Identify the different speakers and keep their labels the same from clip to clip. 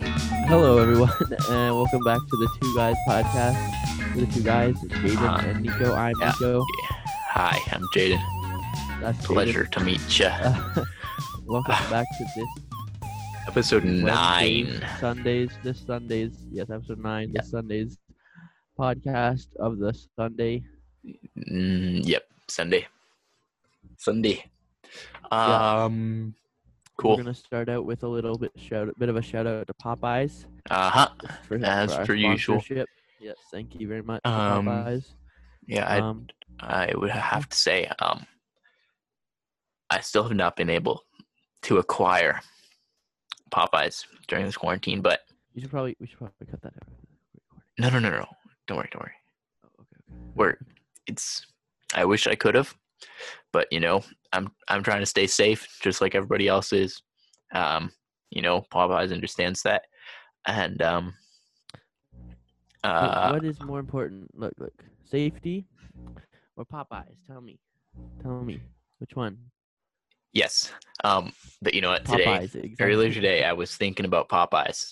Speaker 1: Hello, everyone, and welcome back to the Two Guys podcast. We're the two guys, Jaden
Speaker 2: Uh,
Speaker 1: and Nico. I'm
Speaker 2: yeah.
Speaker 1: Nico.
Speaker 2: Hi, I'm Jaden.
Speaker 1: That's Jaden.
Speaker 2: Pleasure to meet you.
Speaker 1: welcome back to this
Speaker 2: Episode
Speaker 1: Wednesdays,
Speaker 2: nine.
Speaker 1: Sundays, this Sundays, yes, episode nine, this Sundays podcast of the Sunday.
Speaker 2: Mm, yep, Sunday. Sunday.
Speaker 1: Yeah.
Speaker 2: Um,
Speaker 1: We're
Speaker 2: cool.
Speaker 1: gonna start out with a little bit shout, bit of a shout out to Popeyes
Speaker 2: Uh huh.
Speaker 1: for,
Speaker 2: As
Speaker 1: for our
Speaker 2: per usual.
Speaker 1: sponsorship. Yes, thank you very much, to
Speaker 2: Um,
Speaker 1: Popeyes.
Speaker 2: Yeah, I
Speaker 1: Um,
Speaker 2: Uh, I would have to say, um, I still have not been able to acquire Popeyes during this quarantine. But
Speaker 1: you should probably we should probably cut that out.
Speaker 2: no, no, no, no. Don't worry, don't worry.
Speaker 1: Oh, okay, okay.
Speaker 2: We're it's. I wish I could have, but you know, I'm I'm trying to stay safe, just like everybody else is. Um, you know, Popeyes understands that, and um,
Speaker 1: Wait,
Speaker 2: uh,
Speaker 1: what is more important? Look, look, safety or Popeyes? Tell me, tell me which one?
Speaker 2: yes. Um, but you know what? Today,
Speaker 1: Popeyes. Exactly.
Speaker 2: earlier today i was thinking about popeyes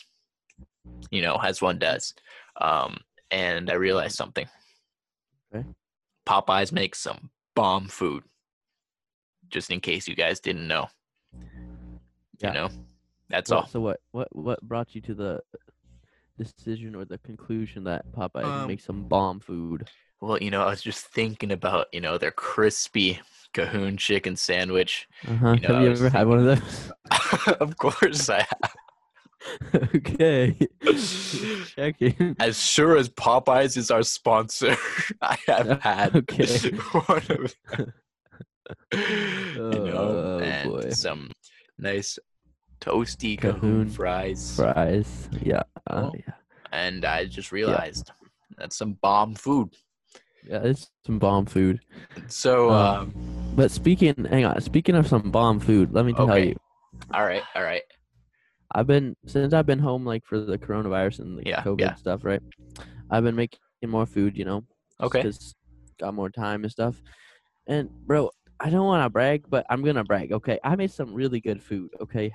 Speaker 2: you know as one does um and i realized something
Speaker 1: Okay.
Speaker 2: popeyes makes some bomb food just in case you guys didn't know
Speaker 1: Yeah.
Speaker 2: you know that's
Speaker 1: What-
Speaker 2: all
Speaker 1: So what? What? What brought you to the decision or the conclusion that Popeyes
Speaker 2: Um,
Speaker 1: makes some bomb food?
Speaker 2: well you know i was just thinking about you know their crispy cahoon chicken sandwich
Speaker 1: Uh-huh.
Speaker 2: you know, I
Speaker 1: Have you
Speaker 2: was
Speaker 1: ever had one of those?
Speaker 2: of course i
Speaker 1: okay.
Speaker 2: have
Speaker 1: Checking.
Speaker 2: as sure as popeyes is our sponsor i have had
Speaker 1: Oh, Okay.
Speaker 2: one of you know,
Speaker 1: Oh,
Speaker 2: and
Speaker 1: boy.
Speaker 2: some nice toasty cahoon,
Speaker 1: Cahoon
Speaker 2: fries.
Speaker 1: Fries. Yeah. uh,
Speaker 2: Well,
Speaker 1: yeah.
Speaker 2: And I just realized that's some bomb food.
Speaker 1: Yeah. It's some bomb food.
Speaker 2: So,
Speaker 1: Um,
Speaker 2: um,
Speaker 1: But speaking, hang on. Speaking of some bomb food, let me tell
Speaker 2: Okay.
Speaker 1: you.
Speaker 2: all right, all right.
Speaker 1: I've been since I've been home like for the coronavirus and the
Speaker 2: Yeah,
Speaker 1: COVID
Speaker 2: yeah.
Speaker 1: stuff, right? I've been making more food, you know.
Speaker 2: Okay.
Speaker 1: Just got more time and stuff. And bro, I don't want to brag, but I'm gonna brag. Okay, I made some really good food. Okay,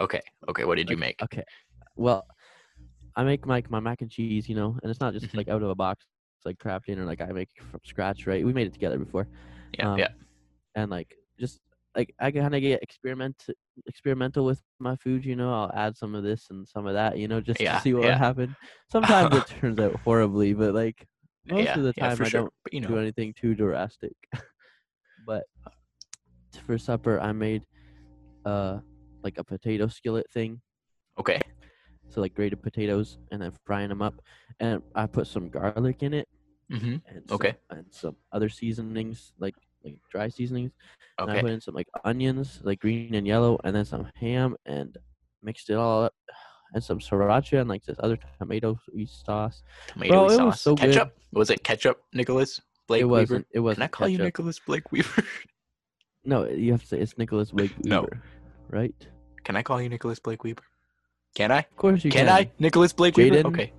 Speaker 2: Okay, okay. What did you make?
Speaker 1: okay. uh, Well, I make like my mac and cheese, you know, and it's not just
Speaker 2: Mhm.
Speaker 1: like out of a box, it's like crafting or like I make it from scratch, right? We made it together before
Speaker 2: Yeah,
Speaker 1: um,
Speaker 2: yeah.
Speaker 1: and like just like I kind of get experiment experimental with my food. You know, I'll add some of this and some of that. You know, just
Speaker 2: Yeah,
Speaker 1: to see what would
Speaker 2: yeah.
Speaker 1: happen. Sometimes it turns out horribly, but like most
Speaker 2: yeah,
Speaker 1: of the
Speaker 2: yeah,
Speaker 1: time,
Speaker 2: for
Speaker 1: I
Speaker 2: sure.
Speaker 1: don't
Speaker 2: but, you
Speaker 1: do
Speaker 2: know,
Speaker 1: anything too drastic. but for supper, I made uh like a potato skillet thing.
Speaker 2: okay,
Speaker 1: So like grated potatoes and then frying them up, and I put some garlic in it
Speaker 2: hmm
Speaker 1: and
Speaker 2: Okay.
Speaker 1: some, and some other seasonings like like dry seasonings. And I
Speaker 2: okay.
Speaker 1: put in some like onions, like green and yellow, and then some ham, and mixed it all up, and some sriracha and like this other tomato sauce.
Speaker 2: Tomato
Speaker 1: Bro, it was
Speaker 2: sauce,
Speaker 1: so good.
Speaker 2: ketchup. Was it ketchup, Nicholas Blake
Speaker 1: it
Speaker 2: Weaver?
Speaker 1: wasn't. It
Speaker 2: Can I
Speaker 1: wasn't.
Speaker 2: call you
Speaker 1: ketchup.
Speaker 2: Nicholas Blake Weaver?
Speaker 1: No, you have to say it's Nicholas Wig.
Speaker 2: No.
Speaker 1: Weaver, right?
Speaker 2: Can I call you Nicholas Blake Weaver? Can I?
Speaker 1: Of course you
Speaker 2: Can
Speaker 1: can.
Speaker 2: I? Nicholas Blake Weaver.
Speaker 1: Jaden?
Speaker 2: Okay.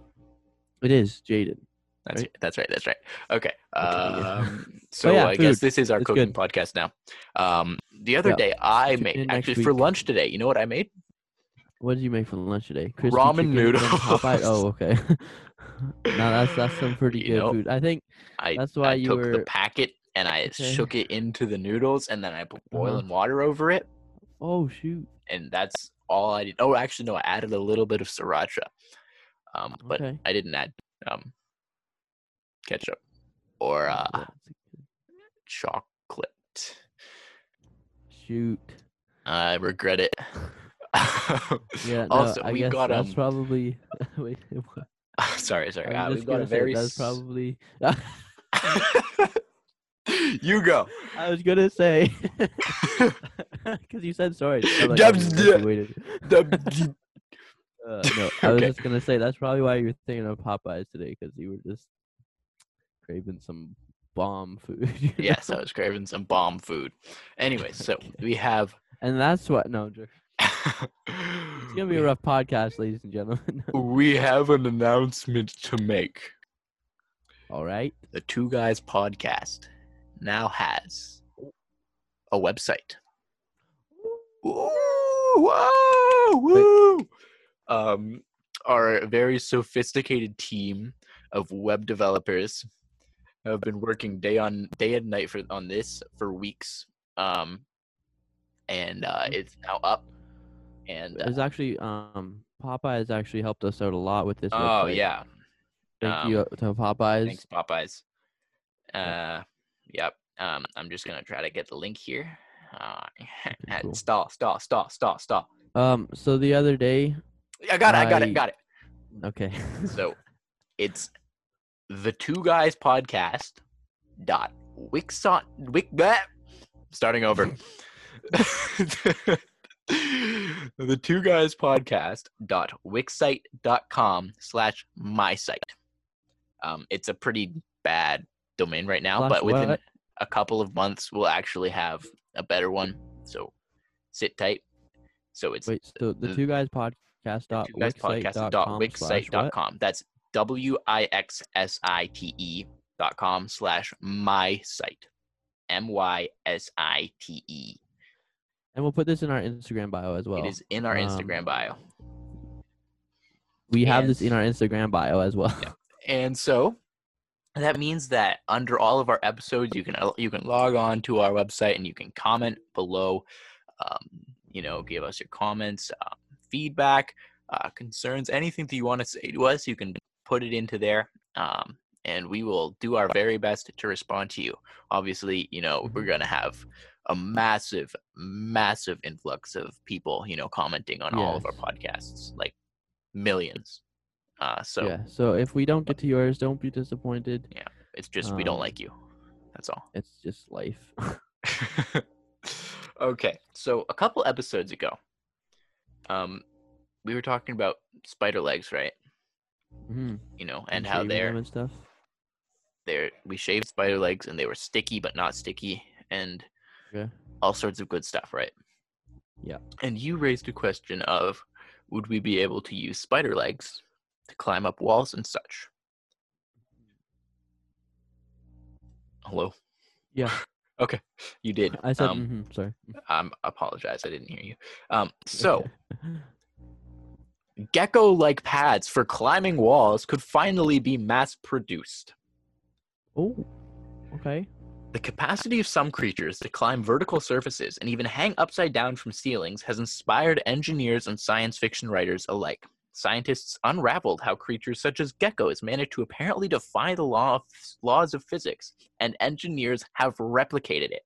Speaker 1: It is Jaden.
Speaker 2: That's
Speaker 1: right?
Speaker 2: right. That's right. That's right. Okay.
Speaker 1: yeah. Oh,
Speaker 2: Um, so
Speaker 1: yeah,
Speaker 2: I guess
Speaker 1: food.
Speaker 2: this is our
Speaker 1: It's
Speaker 2: cooking
Speaker 1: good.
Speaker 2: podcast now. Um, the other
Speaker 1: Yeah.
Speaker 2: day I
Speaker 1: Tune in
Speaker 2: made
Speaker 1: next
Speaker 2: actually for
Speaker 1: week.
Speaker 2: lunch today. You know what I made?
Speaker 1: What did you make for lunch today? Crispy
Speaker 2: Ramen
Speaker 1: chicken and
Speaker 2: noodles.
Speaker 1: Popeye? Oh, okay. now that's that's some pretty
Speaker 2: You
Speaker 1: good
Speaker 2: know,
Speaker 1: food. I think
Speaker 2: I
Speaker 1: that's why
Speaker 2: I
Speaker 1: you
Speaker 2: took
Speaker 1: were.
Speaker 2: the packet and I
Speaker 1: Okay.
Speaker 2: shook it into the noodles and then I put boiling
Speaker 1: Uh-huh.
Speaker 2: water over it
Speaker 1: Oh shoot.
Speaker 2: and that's all I did. Oh, actually no, I added a little bit of sriracha, um, but
Speaker 1: Okay.
Speaker 2: I didn't add um, ketchup or uh,
Speaker 1: Yeah, that's good.
Speaker 2: chocolate.
Speaker 1: Shoot.
Speaker 2: I regret it.
Speaker 1: Yeah. No,
Speaker 2: also,
Speaker 1: I
Speaker 2: we've
Speaker 1: guess
Speaker 2: got
Speaker 1: that's
Speaker 2: um,
Speaker 1: probably. Wait, what?
Speaker 2: sorry, sorry.
Speaker 1: I'm just
Speaker 2: Uh, we've got a
Speaker 1: gonna say
Speaker 2: very.
Speaker 1: that's
Speaker 2: s-
Speaker 1: probably.
Speaker 2: you go.
Speaker 1: I was gonna say because you said sorry. so, like, "Oh, I
Speaker 2: Dubs
Speaker 1: just
Speaker 2: d-
Speaker 1: waited.
Speaker 2: The-
Speaker 1: Uh, no, I was
Speaker 2: Okay.
Speaker 1: just gonna say that's probably why you were thinking of Popeyes today because you were just craving some bomb food. you know?
Speaker 2: yes, I was craving some bomb food. Anyway, so we have.
Speaker 1: and that's what. No, I'm joking.
Speaker 2: it's
Speaker 1: it's gonna be a rough podcast, ladies and gentlemen.
Speaker 2: We have an announcement to make.
Speaker 1: All right.
Speaker 2: The Two Guys Podcast now has a website. Ooh, whoa, woo. Um, our very sophisticated team of web developers have been working day on day and night for on this for weeks. Um, and uh,
Speaker 1: Hmm.
Speaker 2: it's now up. And uh,
Speaker 1: It's actually um Popeye has actually helped us out a lot with this.
Speaker 2: oh
Speaker 1: website.
Speaker 2: yeah,
Speaker 1: Thank
Speaker 2: um,
Speaker 1: you to Popeyes.
Speaker 2: thanks Popeyes. Uh, yep. Um, I'm just gonna try to get the link here. Uh,
Speaker 1: cool.
Speaker 2: stall, stall, stall, stall, stall.
Speaker 1: Um, so the other day,
Speaker 2: I got it. I got
Speaker 1: I-
Speaker 2: it. Got it.
Speaker 1: okay,
Speaker 2: So it's the two guys podcast dot wixot wik bleh. starting over. the two guys podcast dot wixsite dot com slash my site. Um, it's a pretty bad domain right now,
Speaker 1: Slash
Speaker 2: but within
Speaker 1: what?
Speaker 2: a couple of months we'll actually have a better one. So sit tight. So it's
Speaker 1: wait. So the
Speaker 2: the-
Speaker 1: two guys podcast dot wixsite dot com slash what?
Speaker 2: wixsite.com. That's W I X S I T E dot com slash my site. M Y S I T E.
Speaker 1: And we'll put this in our Instagram bio as well.
Speaker 2: It is in our
Speaker 1: um,
Speaker 2: Instagram bio.
Speaker 1: we have this
Speaker 2: yes.
Speaker 1: in our Instagram bio as well.
Speaker 2: And so that means that under all of our episodes, you can uh, you can log on to our website and you can comment below. Um, you know, give us your comments, um, feedback, uh, concerns, anything that you want to say to us. You can put it into there, um, and we will do our very best to respond to you. Obviously, you know we're gonna have a massive, massive influx of people, you know, commenting on all of our
Speaker 1: Yes.
Speaker 2: podcasts, like millions. Uh, so
Speaker 1: yeah. So if we don't get to yours, don't be disappointed.
Speaker 2: it's just we don't
Speaker 1: Um,
Speaker 2: like you. That's all.
Speaker 1: It's just life.
Speaker 2: okay, so a couple episodes ago, um, we were talking about spider legs, right?
Speaker 1: Mhm.
Speaker 2: You know, Mm-hmm. and how
Speaker 1: shaving them
Speaker 2: they're
Speaker 1: and stuff.
Speaker 2: they're we shaved spider legs and they were sticky but not sticky and
Speaker 1: Okay.
Speaker 2: all sorts of good stuff, right?
Speaker 1: Yeah.
Speaker 2: And you raised a question of would we be able to use spider legs to climb up walls and such? Hello.
Speaker 1: Yeah.
Speaker 2: Okay, you did.
Speaker 1: I said.
Speaker 2: Um,
Speaker 1: mhm, sorry.
Speaker 2: I'm apologize. I didn't hear you. Um, so gecko-like pads for climbing walls could finally be mass-produced.
Speaker 1: oh. Okay.
Speaker 2: The capacity of some creatures to climb vertical surfaces and even hang upside down from ceilings has inspired engineers and science fiction writers alike. Scientists unraveled how creatures such as geckos managed to apparently defy the law of, laws of physics, and engineers have replicated it.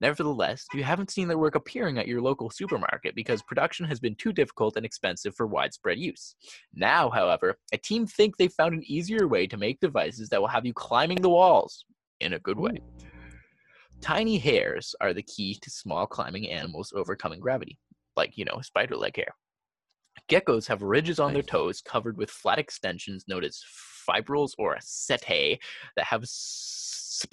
Speaker 2: Nevertheless, you haven't seen their work appearing at your local supermarket because production has been too difficult and expensive for widespread use. Now, however, a team think they found an easier way to make devices that will have you climbing the walls in a good way. Tiny hairs are the key to small climbing animals overcoming gravity, like, you know, spider leg hair. Geckos have ridges on their
Speaker 1: Nice.
Speaker 2: toes covered with flat extensions known as fibrils or setae that have s-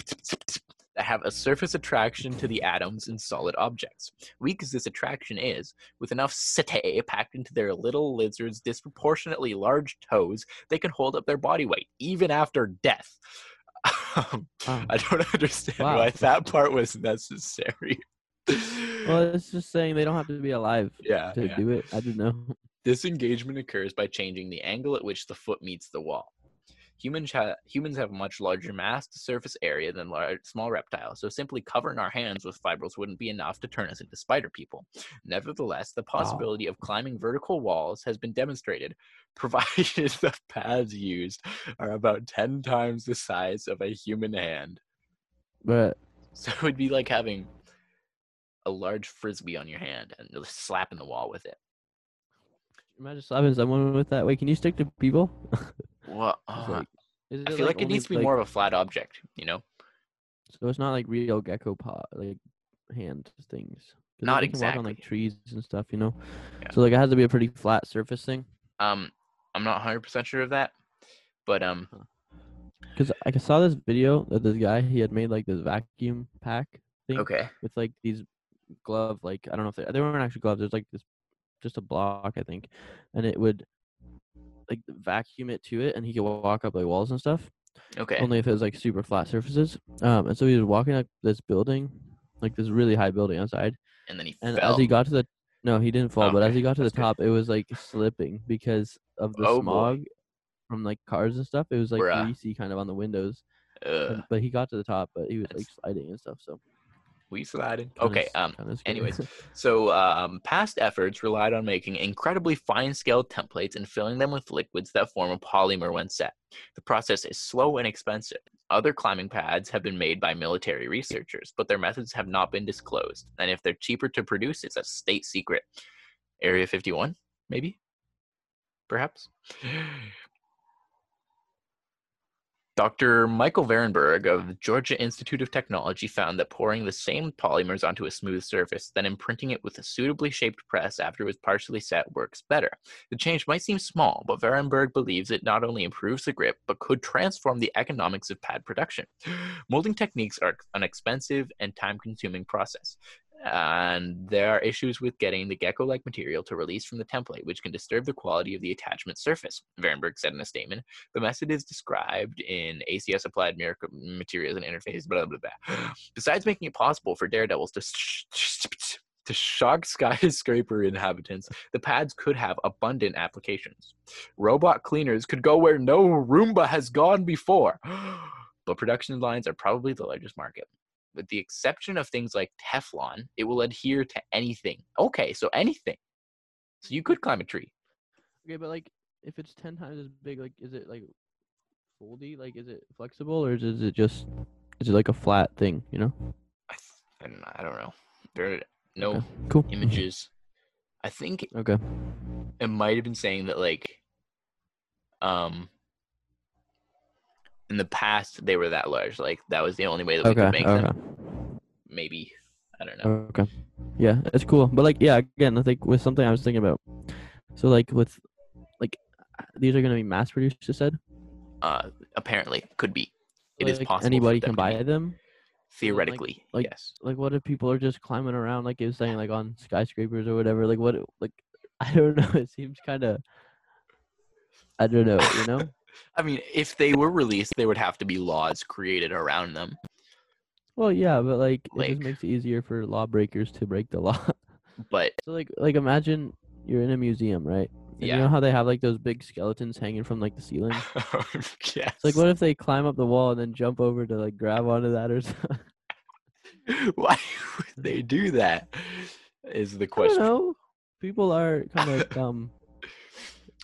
Speaker 2: that have a surface attraction to the atoms in solid objects. Weak as this attraction is, with enough setae packed into their little lizards' disproportionately large toes, they can hold up their body weight even after death. Um,
Speaker 1: Wow.
Speaker 2: I don't understand
Speaker 1: Wow.
Speaker 2: why that part was necessary.
Speaker 1: Well, it's just saying they don't have to be alive
Speaker 2: yeah,
Speaker 1: to
Speaker 2: yeah.
Speaker 1: do it. I don't know.
Speaker 2: This engagement occurs by changing the angle at which the foot meets the wall. Humans, ha- humans have a much larger mass to surface area than large, small reptiles, so simply covering our hands with fibrils wouldn't be enough to turn us into spider people. Nevertheless, the possibility of climbing vertical walls has been demonstrated, provided the pads used are about 10 times the size of a human hand.
Speaker 1: But
Speaker 2: So it would be like having a large frisbee on your hand and just slapping the wall with it.
Speaker 1: imagine slapping someone with that. Wait, can you stick to people?
Speaker 2: Well,
Speaker 1: It's
Speaker 2: uh,
Speaker 1: like- is
Speaker 2: I feel like, it
Speaker 1: only,
Speaker 2: needs to be
Speaker 1: like-
Speaker 2: more of a flat object, you know?
Speaker 1: So it's not like real gecko paw, like hand things. 'Cause they
Speaker 2: Not
Speaker 1: can Walk on like
Speaker 2: exactly.
Speaker 1: trees and stuff, you know.
Speaker 2: Yeah.
Speaker 1: So like it has to be a pretty flat surface thing.
Speaker 2: Um, I'm not 100% sure of that, but um,
Speaker 1: Cause like, I saw this video that this guy he had made like this vacuum pack thing
Speaker 2: okay.
Speaker 1: with like these glove like I don't know if they, they weren't actually gloves. It was like this, just a block I think, and it would like vacuum it to it, and he could walk up like walls and stuff.
Speaker 2: Okay.
Speaker 1: only if it was like super flat surfaces. Um, and so he was walking up this building, like this really high building outside.
Speaker 2: and then he
Speaker 1: And
Speaker 2: fell.
Speaker 1: as he got to the No, he didn't fall, but as
Speaker 2: Okay,
Speaker 1: he got to the
Speaker 2: that's good.
Speaker 1: top, it was like slipping because of the
Speaker 2: Oh, boy.
Speaker 1: smog from like cars and stuff. It was like
Speaker 2: Bruh.
Speaker 1: greasy kind of on the windows.
Speaker 2: Ugh,
Speaker 1: and- but he got to the top, but he was like
Speaker 2: That's-
Speaker 1: sliding and stuff. So
Speaker 2: we sliding. Okay. Um.
Speaker 1: kinda scary.
Speaker 2: Anyways, so um, past efforts relied on making incredibly fine scaled templates and filling them with liquids that form a polymer when set. The process is slow and expensive. Other climbing pads have been made by military researchers, but their methods have not been disclosed. And if they're cheaper to produce, it's a state secret. Area 51, maybe? Perhaps? Dr. Michael Varenberg of Georgia Institute of Technology found that pouring the same polymers onto a smooth surface, then imprinting it with a suitably shaped press after it was partially set works better. The change might seem small, but Varenberg believes it not only improves the grip, but could transform the economics of pad production. Molding techniques are an expensive and time consuming process. And there are issues with getting the gecko like material to release from the template, which can disturb the quality of the attachment surface, Varenberg said in a statement. The method is described in ACS Applied Miracle Materials and Interface, blah, blah, blah. Besides making it possible for daredevils to, sh- to shock skyscraper inhabitants, the pads could have abundant applications. Robot cleaners could go where no Roomba has gone before. But production lines are probably the largest market. With the exception of things like Teflon, it will adhere to anything. Okay, so anything. So you could climb a tree.
Speaker 1: okay, but like if it's ten times as big, like is it like foldy? Like is it flexible or is, is it just is it like a flat thing? You know?
Speaker 2: I, th- I, don't, I don't know. There are no
Speaker 1: Okay, cool Mhm.
Speaker 2: images. I think
Speaker 1: Okay.
Speaker 2: it might have been saying that like, um, in the past they were that large. Like that was the only way that we
Speaker 1: Okay.
Speaker 2: could make
Speaker 1: Okay.
Speaker 2: them. Maybe I don't know.
Speaker 1: Oh, Okay. Yeah, it's cool. But like, yeah, again, I think with something I was thinking about. So like with, like, these are gonna be mass produced. You said
Speaker 2: Uh, apparently could be. It is
Speaker 1: Like,
Speaker 2: possible. for
Speaker 1: Anybody
Speaker 2: them
Speaker 1: can
Speaker 2: to be.
Speaker 1: buy them.
Speaker 2: Theoretically,
Speaker 1: like-
Speaker 2: yes.
Speaker 1: Like, what if people are just climbing around, like you was saying, like on skyscrapers or whatever? Like, what? Like, I don't know. It seems kind of. I don't know. You know.
Speaker 2: I mean, if they were released, there would have to be laws created around them.
Speaker 1: well, yeah, but like, it
Speaker 2: Like-
Speaker 1: just makes it easier for lawbreakers to break the law.
Speaker 2: But
Speaker 1: So like like imagine you're in a museum, right? And You
Speaker 2: Yeah.
Speaker 1: know how they have like those big skeletons hanging from like the ceiling? It's
Speaker 2: yes.
Speaker 1: like what if they climb up the wall and then jump over to like grab onto that or something?
Speaker 2: Why would they do that? Is the
Speaker 1: I don't
Speaker 2: question. I,
Speaker 1: know. People are kind of dumb.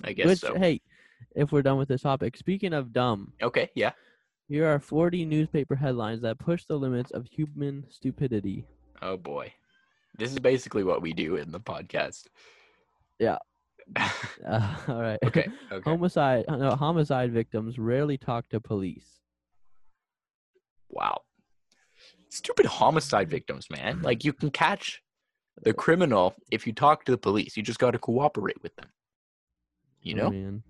Speaker 2: guess
Speaker 1: Which
Speaker 2: so.
Speaker 1: hey, if we're done with this topic, speaking of dumb,
Speaker 2: Okay, yeah.
Speaker 1: here are 40 newspaper headlines that push the limits of human stupidity.
Speaker 2: Oh boy. This is basically what we do in the podcast.
Speaker 1: Yeah. Uh, all right.
Speaker 2: okay. Okay.
Speaker 1: Homicide uh, no, homicide victims rarely talk to police.
Speaker 2: Wow. Stupid homicide victims, man. Like you can catch the criminal if you talk to the police. You just got to cooperate with them. You
Speaker 1: Oh,
Speaker 2: know?
Speaker 1: man.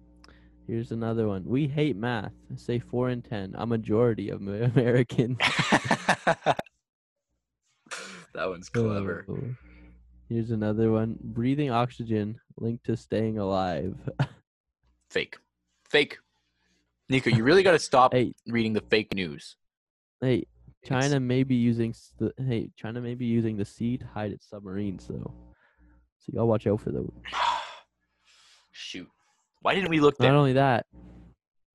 Speaker 1: Here's another one. We hate math. Say four in ten. A majority of Ma- Americans.
Speaker 2: that one's clever.
Speaker 1: Oh. Here's another one. Breathing oxygen linked to staying alive.
Speaker 2: Fake. Fake. Nico, you really got to stop
Speaker 1: hey,
Speaker 2: reading the fake news.
Speaker 1: hey,
Speaker 2: It's-
Speaker 1: China may be using s- the, hey, China may be using the sea to hide its submarines though. So y'all watch out for those.
Speaker 2: Shoot. Why didn't we look
Speaker 1: Not
Speaker 2: there?
Speaker 1: only that,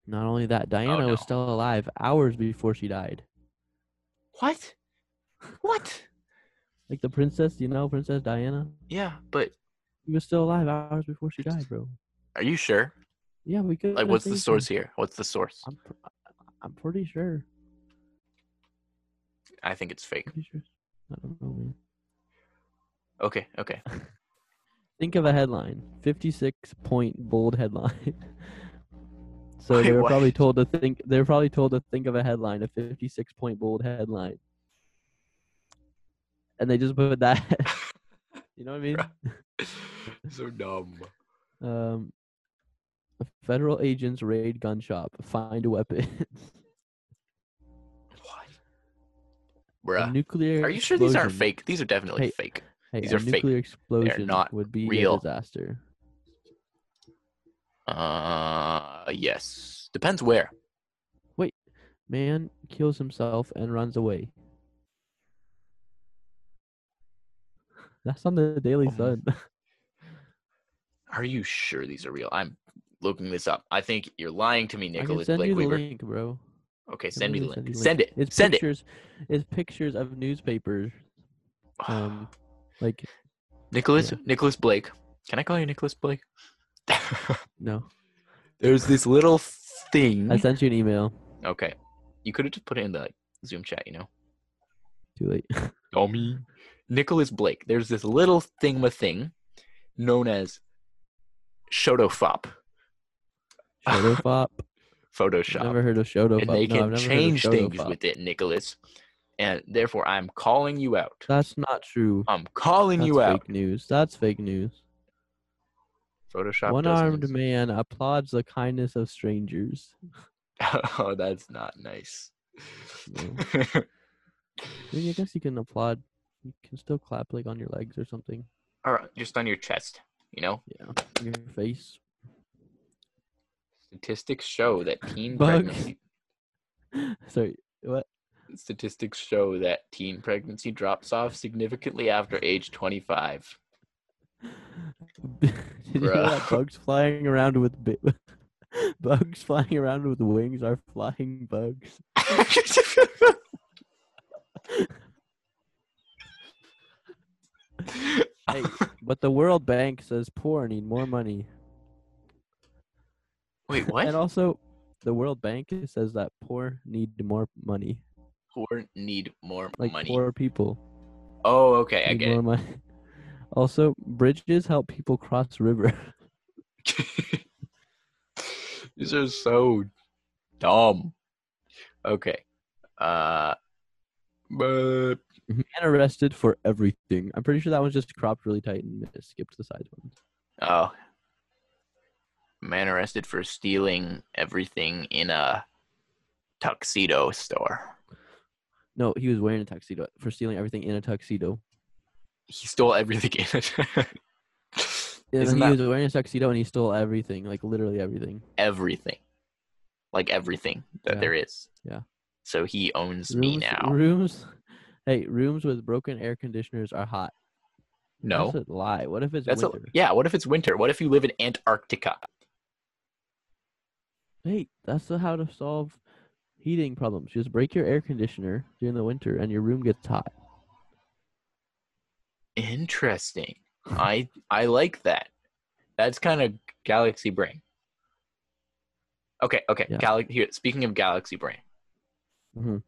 Speaker 1: not only that, Diana
Speaker 2: Oh, no.
Speaker 1: was still alive hours before she died.
Speaker 2: What? What?
Speaker 1: Like the princess, you know, Princess Diana.
Speaker 2: Yeah, but
Speaker 1: She was still alive hours before she died, bro.
Speaker 2: are you sure?
Speaker 1: Yeah, we could.
Speaker 2: Like, what's the source
Speaker 1: Mm-hmm.
Speaker 2: here? What's the source?
Speaker 1: I'm, pr- I'm pretty sure.
Speaker 2: I think it's fake.
Speaker 1: Pretty sure. I don't know, man.
Speaker 2: Okay, okay.
Speaker 1: Think of a headline 56 point bold headline. so
Speaker 2: Wait,
Speaker 1: they were
Speaker 2: what?
Speaker 1: probably told to think, they were probably told to think of a headline, a 56 point bold headline. And they just put that. you know what I mean?
Speaker 2: so dumb.
Speaker 1: Um, federal agents raid gun shop, find weapons.
Speaker 2: What?
Speaker 1: A
Speaker 2: Bruh.
Speaker 1: nuclear.
Speaker 2: Are you sure these aren't
Speaker 1: explosion-
Speaker 2: fake? These are definitely
Speaker 1: Hey,
Speaker 2: fake.
Speaker 1: Hey,
Speaker 2: These
Speaker 1: a
Speaker 2: are fake.
Speaker 1: nuclear explosion
Speaker 2: not
Speaker 1: would be
Speaker 2: real.
Speaker 1: a disaster.
Speaker 2: Uh, yes. Depends where.
Speaker 1: Man kills himself and runs away. That's on the Daily
Speaker 2: Oh.
Speaker 1: Sun.
Speaker 2: Are you sure these are real? I'm looking this up. I think you're lying to me,
Speaker 1: I can
Speaker 2: Nicholas
Speaker 1: send
Speaker 2: Blake
Speaker 1: you the
Speaker 2: Weaver.
Speaker 1: link, bro.
Speaker 2: Okay,
Speaker 1: I
Speaker 2: send me the
Speaker 1: literally
Speaker 2: link.
Speaker 1: you the
Speaker 2: Send it.
Speaker 1: It's
Speaker 2: send it.
Speaker 1: pictures. It's pictures of newspapers. Um, like
Speaker 2: Nicholas
Speaker 1: yeah.
Speaker 2: Nicholas Blake. Can I call you Nicholas Blake?
Speaker 1: no,
Speaker 2: There's this little thing.
Speaker 1: I sent you an email.
Speaker 2: okay, you could have just put it in the Zoom chat. You know,
Speaker 1: Too late.
Speaker 2: call Oh, me Nicholas Blake. There's this little thing thing known as Shotofop.
Speaker 1: Shotofop.
Speaker 2: Photoshop.
Speaker 1: Never heard of Shotofop.
Speaker 2: and
Speaker 1: no,
Speaker 2: they
Speaker 1: I've
Speaker 2: can
Speaker 1: never heard of
Speaker 2: change things
Speaker 1: Shotofop.
Speaker 2: with it, Nicholas. And therefore, I'm calling you out.
Speaker 1: That's not true.
Speaker 2: I'm calling
Speaker 1: That's
Speaker 2: you out.
Speaker 1: fake news. That's fake news.
Speaker 2: Photoshop.
Speaker 1: One
Speaker 2: doesn't
Speaker 1: armed
Speaker 2: exist.
Speaker 1: man applauds the kindness of strangers.
Speaker 2: oh, that's not nice.
Speaker 1: No. I mean, I guess you can applaud. You can still clap like on your legs or something.
Speaker 2: or just on your chest. You know,
Speaker 1: Yeah, your face.
Speaker 2: statistics show that teen
Speaker 1: Bug.
Speaker 2: pregnancy.
Speaker 1: Sorry, what?
Speaker 2: Statistics show that teen pregnancy drops off significantly after age 25.
Speaker 1: Did you hear that
Speaker 2: Bruh.
Speaker 1: bugs flying around with bi- bugs flying around with wings are flying bugs. Hey, but the World Bank says poor need more money,
Speaker 2: Wait,
Speaker 1: and
Speaker 2: what?
Speaker 1: also the World Bank says that poor need more money.
Speaker 2: Poor need more
Speaker 1: Like
Speaker 2: money.
Speaker 1: poor people
Speaker 2: Oh, okay, I
Speaker 1: need
Speaker 2: get
Speaker 1: more
Speaker 2: it.
Speaker 1: money. Also, bridges help people cross river.
Speaker 2: These are so dumb. Okay. Uh, but
Speaker 1: Man arrested for everything. I'm pretty sure that one's just cropped really tight and missed, skipped the side ones.
Speaker 2: Oh. Man arrested for stealing everything in a tuxedo store.
Speaker 1: No, he was wearing a tuxedo for stealing everything in a tuxedo.
Speaker 2: He stole everything in it.
Speaker 1: Yeah,
Speaker 2: Isn't
Speaker 1: he
Speaker 2: that
Speaker 1: was wearing a tuxedo and he stole everything, like literally everything.
Speaker 2: everything? Like everything that
Speaker 1: Yeah.
Speaker 2: there is.
Speaker 1: Yeah.
Speaker 2: So he owns me now.
Speaker 1: Rooms, hey, rooms with broken air conditioners are hot.
Speaker 2: no.
Speaker 1: that's a lie. What if it's
Speaker 2: That's a,
Speaker 1: winter?
Speaker 2: yeah, what if it's winter? What if you live in Antarctica?
Speaker 1: Hey, that's the how to solve heating problems. Just break your air conditioner during the winter and your room gets hot.
Speaker 2: Interesting. I I like that. That's kind of galaxy brain. Okay, okay.
Speaker 1: Yeah.
Speaker 2: Gal- here, speaking of galaxy brain.
Speaker 1: Mhm.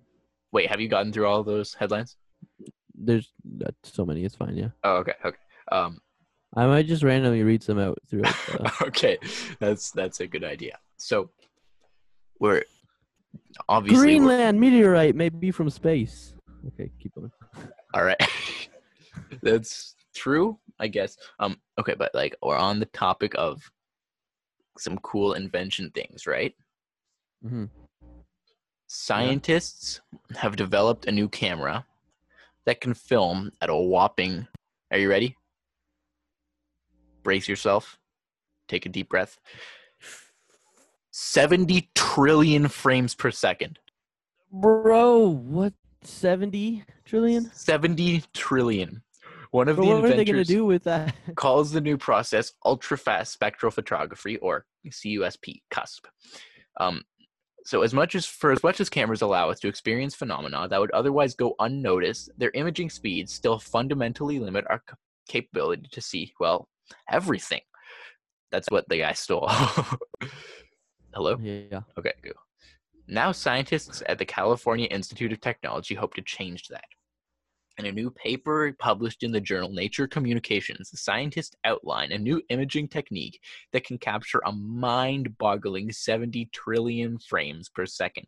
Speaker 2: Wait, have you gotten through all those headlines?
Speaker 1: There's uh, so many. It's fine. Yeah,
Speaker 2: Oh, okay, okay. Um,
Speaker 1: I might just randomly read some out throughout. The,
Speaker 2: okay, that's that's a good idea. So we're obviously we're-
Speaker 1: Greenland meteorite may be from space. Okay, keep going.
Speaker 2: all right. that's true, I guess. Um, okay, but like we're on the topic of some cool invention things, right?
Speaker 1: hmm
Speaker 2: Scientists have developed a new camera that can film at a whopping. Are you ready? Brace yourself. Take a deep breath. 70 trillion frames per second.
Speaker 1: Bro, what? 70 trillion?
Speaker 2: 70 trillion. One of
Speaker 1: Bro,
Speaker 2: the
Speaker 1: what are they going to
Speaker 2: inventors
Speaker 1: do with that?
Speaker 2: calls the new process ultrafast spectral photography or CUSP CUSP. Um, so as much as for as much as cameras allow us to experience phenomena that would otherwise go unnoticed, their imaging speeds still fundamentally limit our c- capability to see well everything. That's what the guy stole. Hello.
Speaker 1: yeah.
Speaker 2: Okay, go. Now, scientists at the California Institute of Technology hope to change that. In a new paper published in the journal Nature Communications, the scientists outline a new imaging technique that can capture a mind boggling 70 trillion frames per second.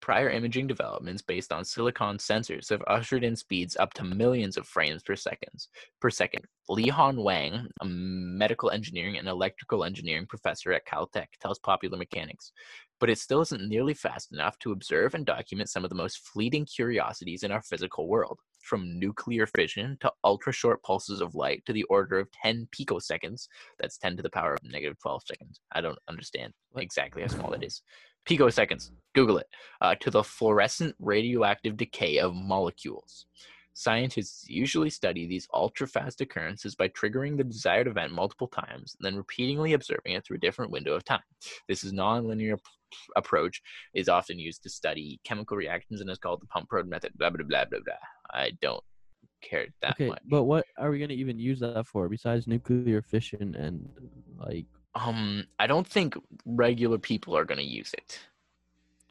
Speaker 2: Prior imaging developments based on silicon sensors have ushered in speeds up to millions of frames per seconds per second. Li Han Wang, a medical engineering and electrical engineering professor at Caltech, tells Popular Mechanics, but it still isn't nearly fast enough to observe and document some of the most fleeting curiosities in our physical world, from nuclear fission to ultra short pulses of light to the order of 10 picoseconds. That's 10 to the power of negative 12 seconds. I don't understand
Speaker 1: What?
Speaker 2: exactly how small that is. Picoseconds, Google it, uh, to the fluorescent radioactive decay of molecules. Scientists usually study these ultra fast occurrences by triggering the desired event multiple times and then repeatedly observing it through a different window of time. This is nonlinear p- approach is often used to study chemical reactions and is called the pump road method. Blah blah blah blah blah. I don't care that
Speaker 1: okay,
Speaker 2: much.
Speaker 1: but what are we gonna even use that for besides nuclear fission and like?
Speaker 2: Um, I don't think regular people are gonna use it.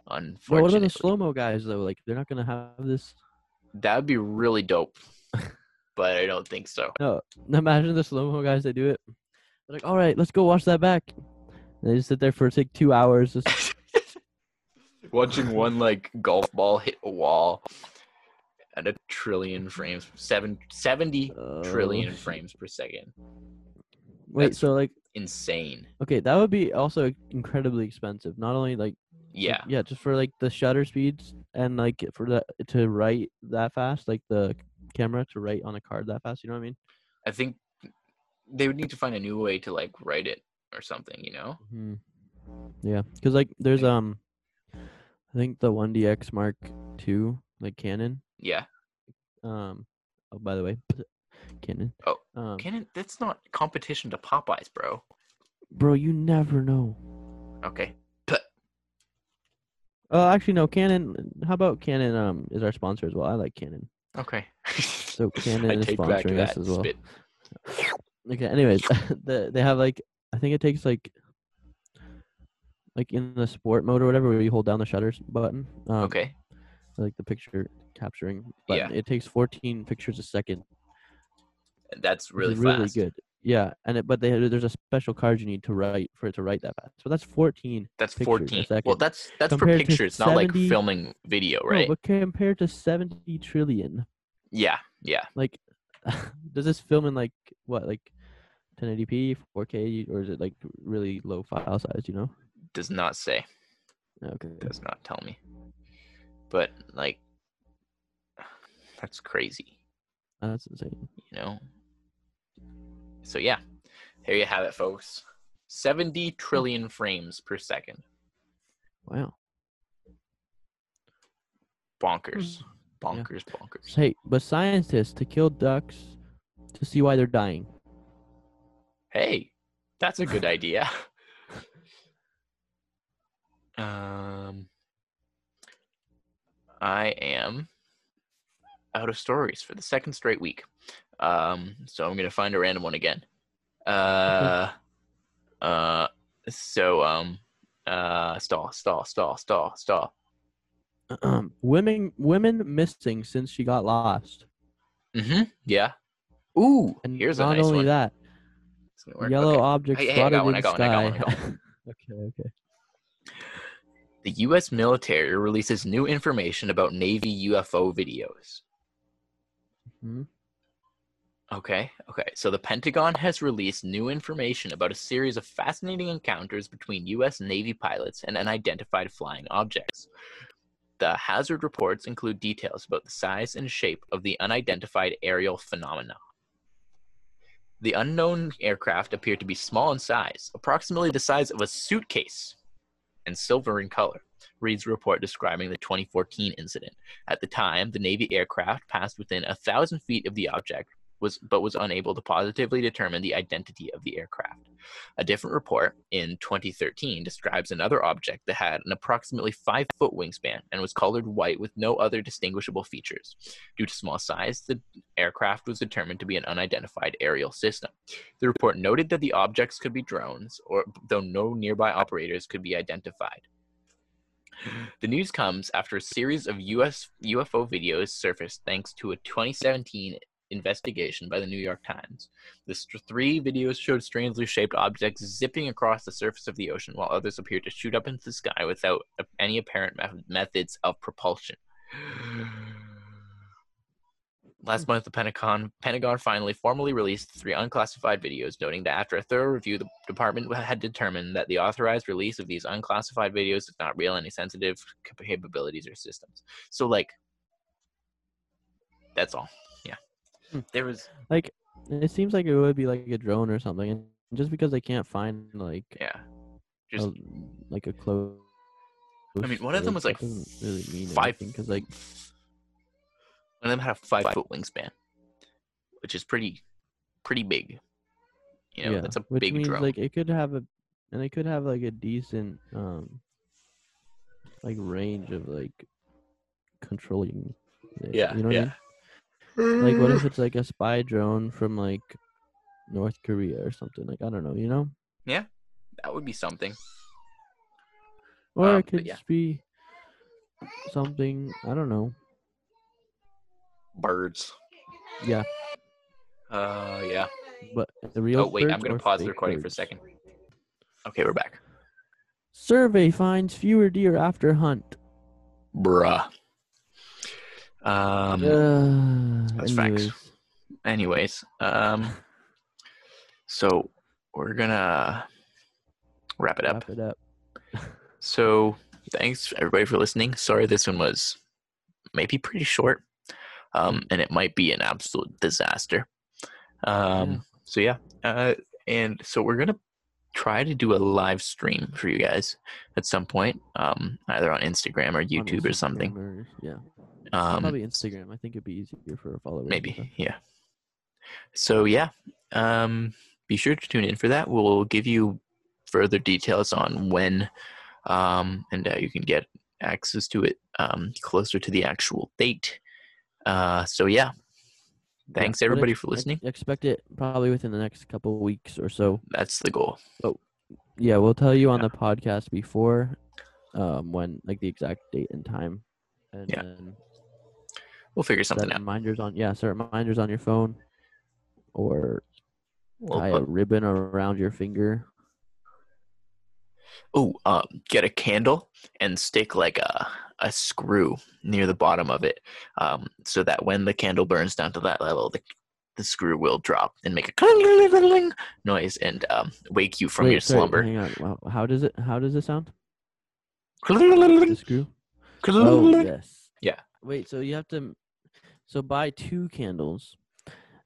Speaker 2: Unfortunately,
Speaker 1: Well, what about the slow mo guys though? Like they're not gonna have this.
Speaker 2: that would be really dope, but I don't think so.
Speaker 1: Imagine the slow mo guys that do it. They're like, all right, let's go watch that back. And they just sit there for like two hours. Just,
Speaker 2: Watching one like golf ball hit a wall at a trillion frames, seven, 70
Speaker 1: oh,
Speaker 2: trillion
Speaker 1: sh-
Speaker 2: frames per second.
Speaker 1: Wait,
Speaker 2: That's-
Speaker 1: so like,
Speaker 2: Insane.
Speaker 1: okay, that would be also incredibly expensive. Not only like
Speaker 2: Yeah.
Speaker 1: yeah just for like the shutter speeds and like for that to write that fast like the camera to write on a card that fast you know what i mean
Speaker 2: I think they would need to find a new way to like write it or something, you know?
Speaker 1: mm yeah because like there's um i think the 1dx mark ii like canon
Speaker 2: Yeah.
Speaker 1: um oh by the way canon
Speaker 2: Oh,
Speaker 1: um,
Speaker 2: Canon, that's not competition to Popeyes, bro.
Speaker 1: bro you never know
Speaker 2: Okay.
Speaker 1: oh actually no canon how about canon um is our sponsor as well i like canon
Speaker 2: Okay.
Speaker 1: so canon is sponsoring us as well
Speaker 2: spit.
Speaker 1: Okay. Anyways, the, they have like I think it takes like like in the sport mode or whatever where you hold down the shutter button. Um,
Speaker 2: Okay.
Speaker 1: Like the picture capturing.
Speaker 2: Yeah.
Speaker 1: button. It takes 14 pictures a second.
Speaker 2: That's
Speaker 1: which
Speaker 2: really
Speaker 1: is really
Speaker 2: fast.
Speaker 1: good. Yeah, and it, but they there's a special card you need to write for it to write that fast. So that's 14.
Speaker 2: That's
Speaker 1: pictures a
Speaker 2: 14. Well,
Speaker 1: second.
Speaker 2: that's that's
Speaker 1: Compared
Speaker 2: per
Speaker 1: to
Speaker 2: picture. It's not like
Speaker 1: 70
Speaker 2: filming video,
Speaker 1: No,
Speaker 2: right?
Speaker 1: but compared to 70 trillion,
Speaker 2: yeah. Yeah.
Speaker 1: like, does this film in like what like 1080p, 4K, or is it like really low file size? You know?
Speaker 2: Does not say.
Speaker 1: Okay.
Speaker 2: Does not tell me. But like that's crazy,
Speaker 1: That's insane.
Speaker 2: you know? So yeah. There you have it, folks.
Speaker 1: Hmm.
Speaker 2: 70 trillion frames per second.
Speaker 1: Wow.
Speaker 2: Bonkers.
Speaker 1: Hmm.
Speaker 2: Bonkers, bonkers.
Speaker 1: Hey, but scientists to kill ducks to see why they're dying.
Speaker 2: Hey, that's a good idea. Um, I am out of stories for the second straight week. Um, so I'm gonna find a random one again. Uh, uh, so um, uh, stall, stall, stall, stall, stall.
Speaker 1: women women missing since she got lost.
Speaker 2: Mm-hmm. Yeah. Ooh,
Speaker 1: And
Speaker 2: here's a
Speaker 1: not
Speaker 2: nice
Speaker 1: only
Speaker 2: one.
Speaker 1: that,
Speaker 2: It's gonna work.
Speaker 1: yellow
Speaker 2: Okay.
Speaker 1: objects
Speaker 2: Hey, hey, I
Speaker 1: spotted
Speaker 2: got one,
Speaker 1: in
Speaker 2: I
Speaker 1: the
Speaker 2: got one, I got
Speaker 1: sky.
Speaker 2: one, I
Speaker 1: okay, okay.
Speaker 2: The U.S. military releases new information about Navy UFO videos.
Speaker 1: Mhm.
Speaker 2: Okay, okay. So the Pentagon has released new information about a series of fascinating encounters between U.S. Navy pilots and unidentified flying objects. The hazard reports include details about the size and shape of the unidentified aerial phenomena. The unknown aircraft appeared to be small in size, approximately the size of a suitcase, and silver in color, reads a report describing the 2014 incident. At the time, the Navy aircraft passed within a thousand feet of the object was but was unable to positively determine the identity of the aircraft. A different report in 2013 describes another object that had an approximately five foot wingspan and was colored white with no other distinguishable features. Due to small size, the aircraft was determined to be an unidentified aerial system. The report noted that the objects could be drones, or though no nearby operators could be identified. The news comes after a series of US UFO videos surfaced thanks to a 2017 investigation by the New York Times. The st- three videos showed strangely shaped objects zipping across the surface of the ocean, while others appeared to shoot up into the sky without a- any apparent meth- methods of propulsion. Last month, the Pentagon, Pentagon finally formally released three unclassified videos, noting that after a thorough review, the department had determined that the authorized release of these unclassified videos did not reveal any sensitive capabilities or systems. So, like, that's all. Yeah.
Speaker 1: Hmm.
Speaker 2: There was
Speaker 1: Like it seems like it would be like a drone or something. And just because they can't find like
Speaker 2: Yeah.
Speaker 1: a,
Speaker 2: Just
Speaker 1: like a close
Speaker 2: I mean, one of them was like
Speaker 1: doesn't really mean
Speaker 2: five
Speaker 1: because like
Speaker 2: of them had a five foot wingspan, which is pretty, pretty big. You know, that's a
Speaker 1: which
Speaker 2: big
Speaker 1: means
Speaker 2: drone.
Speaker 1: like it could have a, and it could have like a decent um, like range of like controlling. it,
Speaker 2: yeah,
Speaker 1: you know
Speaker 2: yeah.
Speaker 1: What I mean? Like, what if it's like a spy drone from like North Korea or something? Like, I don't know, you know?
Speaker 2: that would be something?
Speaker 1: Or
Speaker 2: Um,
Speaker 1: it
Speaker 2: but
Speaker 1: could
Speaker 2: yeah.
Speaker 1: just be something. I don't know.
Speaker 2: Birds.
Speaker 1: Yeah,
Speaker 2: Uh, yeah.
Speaker 1: but the real.
Speaker 2: oh wait, I'm
Speaker 1: birds
Speaker 2: gonna
Speaker 1: or
Speaker 2: pause the
Speaker 1: fake
Speaker 2: recording for a
Speaker 1: birds?
Speaker 2: second. Okay, we're back.
Speaker 1: Survey finds fewer deer after hunt.
Speaker 2: Bruh. Um.
Speaker 1: Ugh,
Speaker 2: that's facts.
Speaker 1: anyways.
Speaker 2: anyways um so we're gonna wrap it up
Speaker 1: Wrap it up.
Speaker 2: so thanks everybody for listening sorry this one was maybe pretty short
Speaker 1: Hmm.
Speaker 2: um and it might be an absolute disaster um
Speaker 1: Yeah.
Speaker 2: so yeah uh and so we're gonna try to do a live stream for you guys at some point um either on instagram or
Speaker 1: on
Speaker 2: youtube or something
Speaker 1: Instagram or- yeah.
Speaker 2: um
Speaker 1: Probably Instagram. I think it'd be easier for our followers. and stuff.
Speaker 2: maybe yeah so yeah um be sure to tune in for that we'll give you further details on when um and uh, you can get access to it um closer to the actual date uh so yeah
Speaker 1: Yeah,
Speaker 2: thanks
Speaker 1: but
Speaker 2: everybody
Speaker 1: ex-
Speaker 2: for
Speaker 1: ex-
Speaker 2: listening
Speaker 1: Expect it probably within the next couple weeks or so.
Speaker 2: that's the goal
Speaker 1: Yeah, we'll tell you on
Speaker 2: Yeah.
Speaker 1: the podcast before um when like the exact date and time. And
Speaker 2: Yeah,
Speaker 1: then
Speaker 2: we'll figure
Speaker 1: set
Speaker 2: something out
Speaker 1: reminders on yeah, set reminders on your phone or
Speaker 2: We'll
Speaker 1: tie a
Speaker 2: put-
Speaker 1: ribbon around your finger.
Speaker 2: oh um get a candle and stick like a a screw near the bottom of it um so that when the candle burns down to that level the the screw will drop and make a clang noise and um, wake you from
Speaker 1: Wait,
Speaker 2: your
Speaker 1: sorry,
Speaker 2: slumber.
Speaker 1: Hang on. Wow, How does it how does it sound? The screw? Oh
Speaker 2: Clang.
Speaker 1: yes.
Speaker 2: Yeah.
Speaker 1: Wait, so you have to, so buy two candles,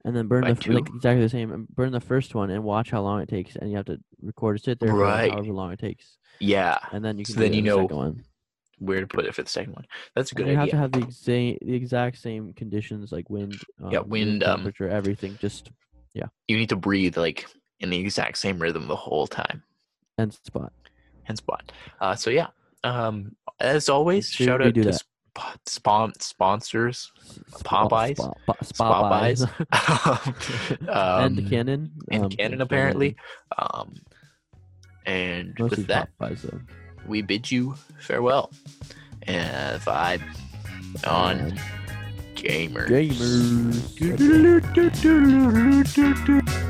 Speaker 1: and then burn
Speaker 2: Buy
Speaker 1: the f- like
Speaker 2: two?
Speaker 1: exactly the same. and Burn the first one and watch how long it takes, and you have to record sit there
Speaker 2: Right.
Speaker 1: for however long it takes,
Speaker 2: Yeah,
Speaker 1: and then you
Speaker 2: So
Speaker 1: can
Speaker 2: then
Speaker 1: do
Speaker 2: you
Speaker 1: the
Speaker 2: know
Speaker 1: second one.
Speaker 2: where to put it for the second one. That's a
Speaker 1: And
Speaker 2: good
Speaker 1: you have to
Speaker 2: idea.
Speaker 1: have the exact the exact same conditions like wind, um,
Speaker 2: wind, um,
Speaker 1: temperature, everything. Just
Speaker 2: You need to breathe like in the exact same rhythm the whole time
Speaker 1: end spot.
Speaker 2: and spot. Uh, so yeah, um, as always,
Speaker 1: Should
Speaker 2: shout
Speaker 1: we
Speaker 2: out
Speaker 1: do
Speaker 2: to
Speaker 1: that?
Speaker 2: sp- spon- sponsors.
Speaker 1: S-
Speaker 2: Popeyes?
Speaker 1: Spa, spa, spa,
Speaker 2: Popeyes.
Speaker 1: Popeyes. and
Speaker 2: Um,
Speaker 1: Canon.
Speaker 2: and
Speaker 1: um,
Speaker 2: Canon,
Speaker 1: so
Speaker 2: apparently. Um, and
Speaker 1: Mostly
Speaker 2: with that,
Speaker 1: Popeyes though.
Speaker 2: we bid you farewell. And vibe
Speaker 1: Um,
Speaker 2: on gamers.
Speaker 1: gamers.
Speaker 2: gamers.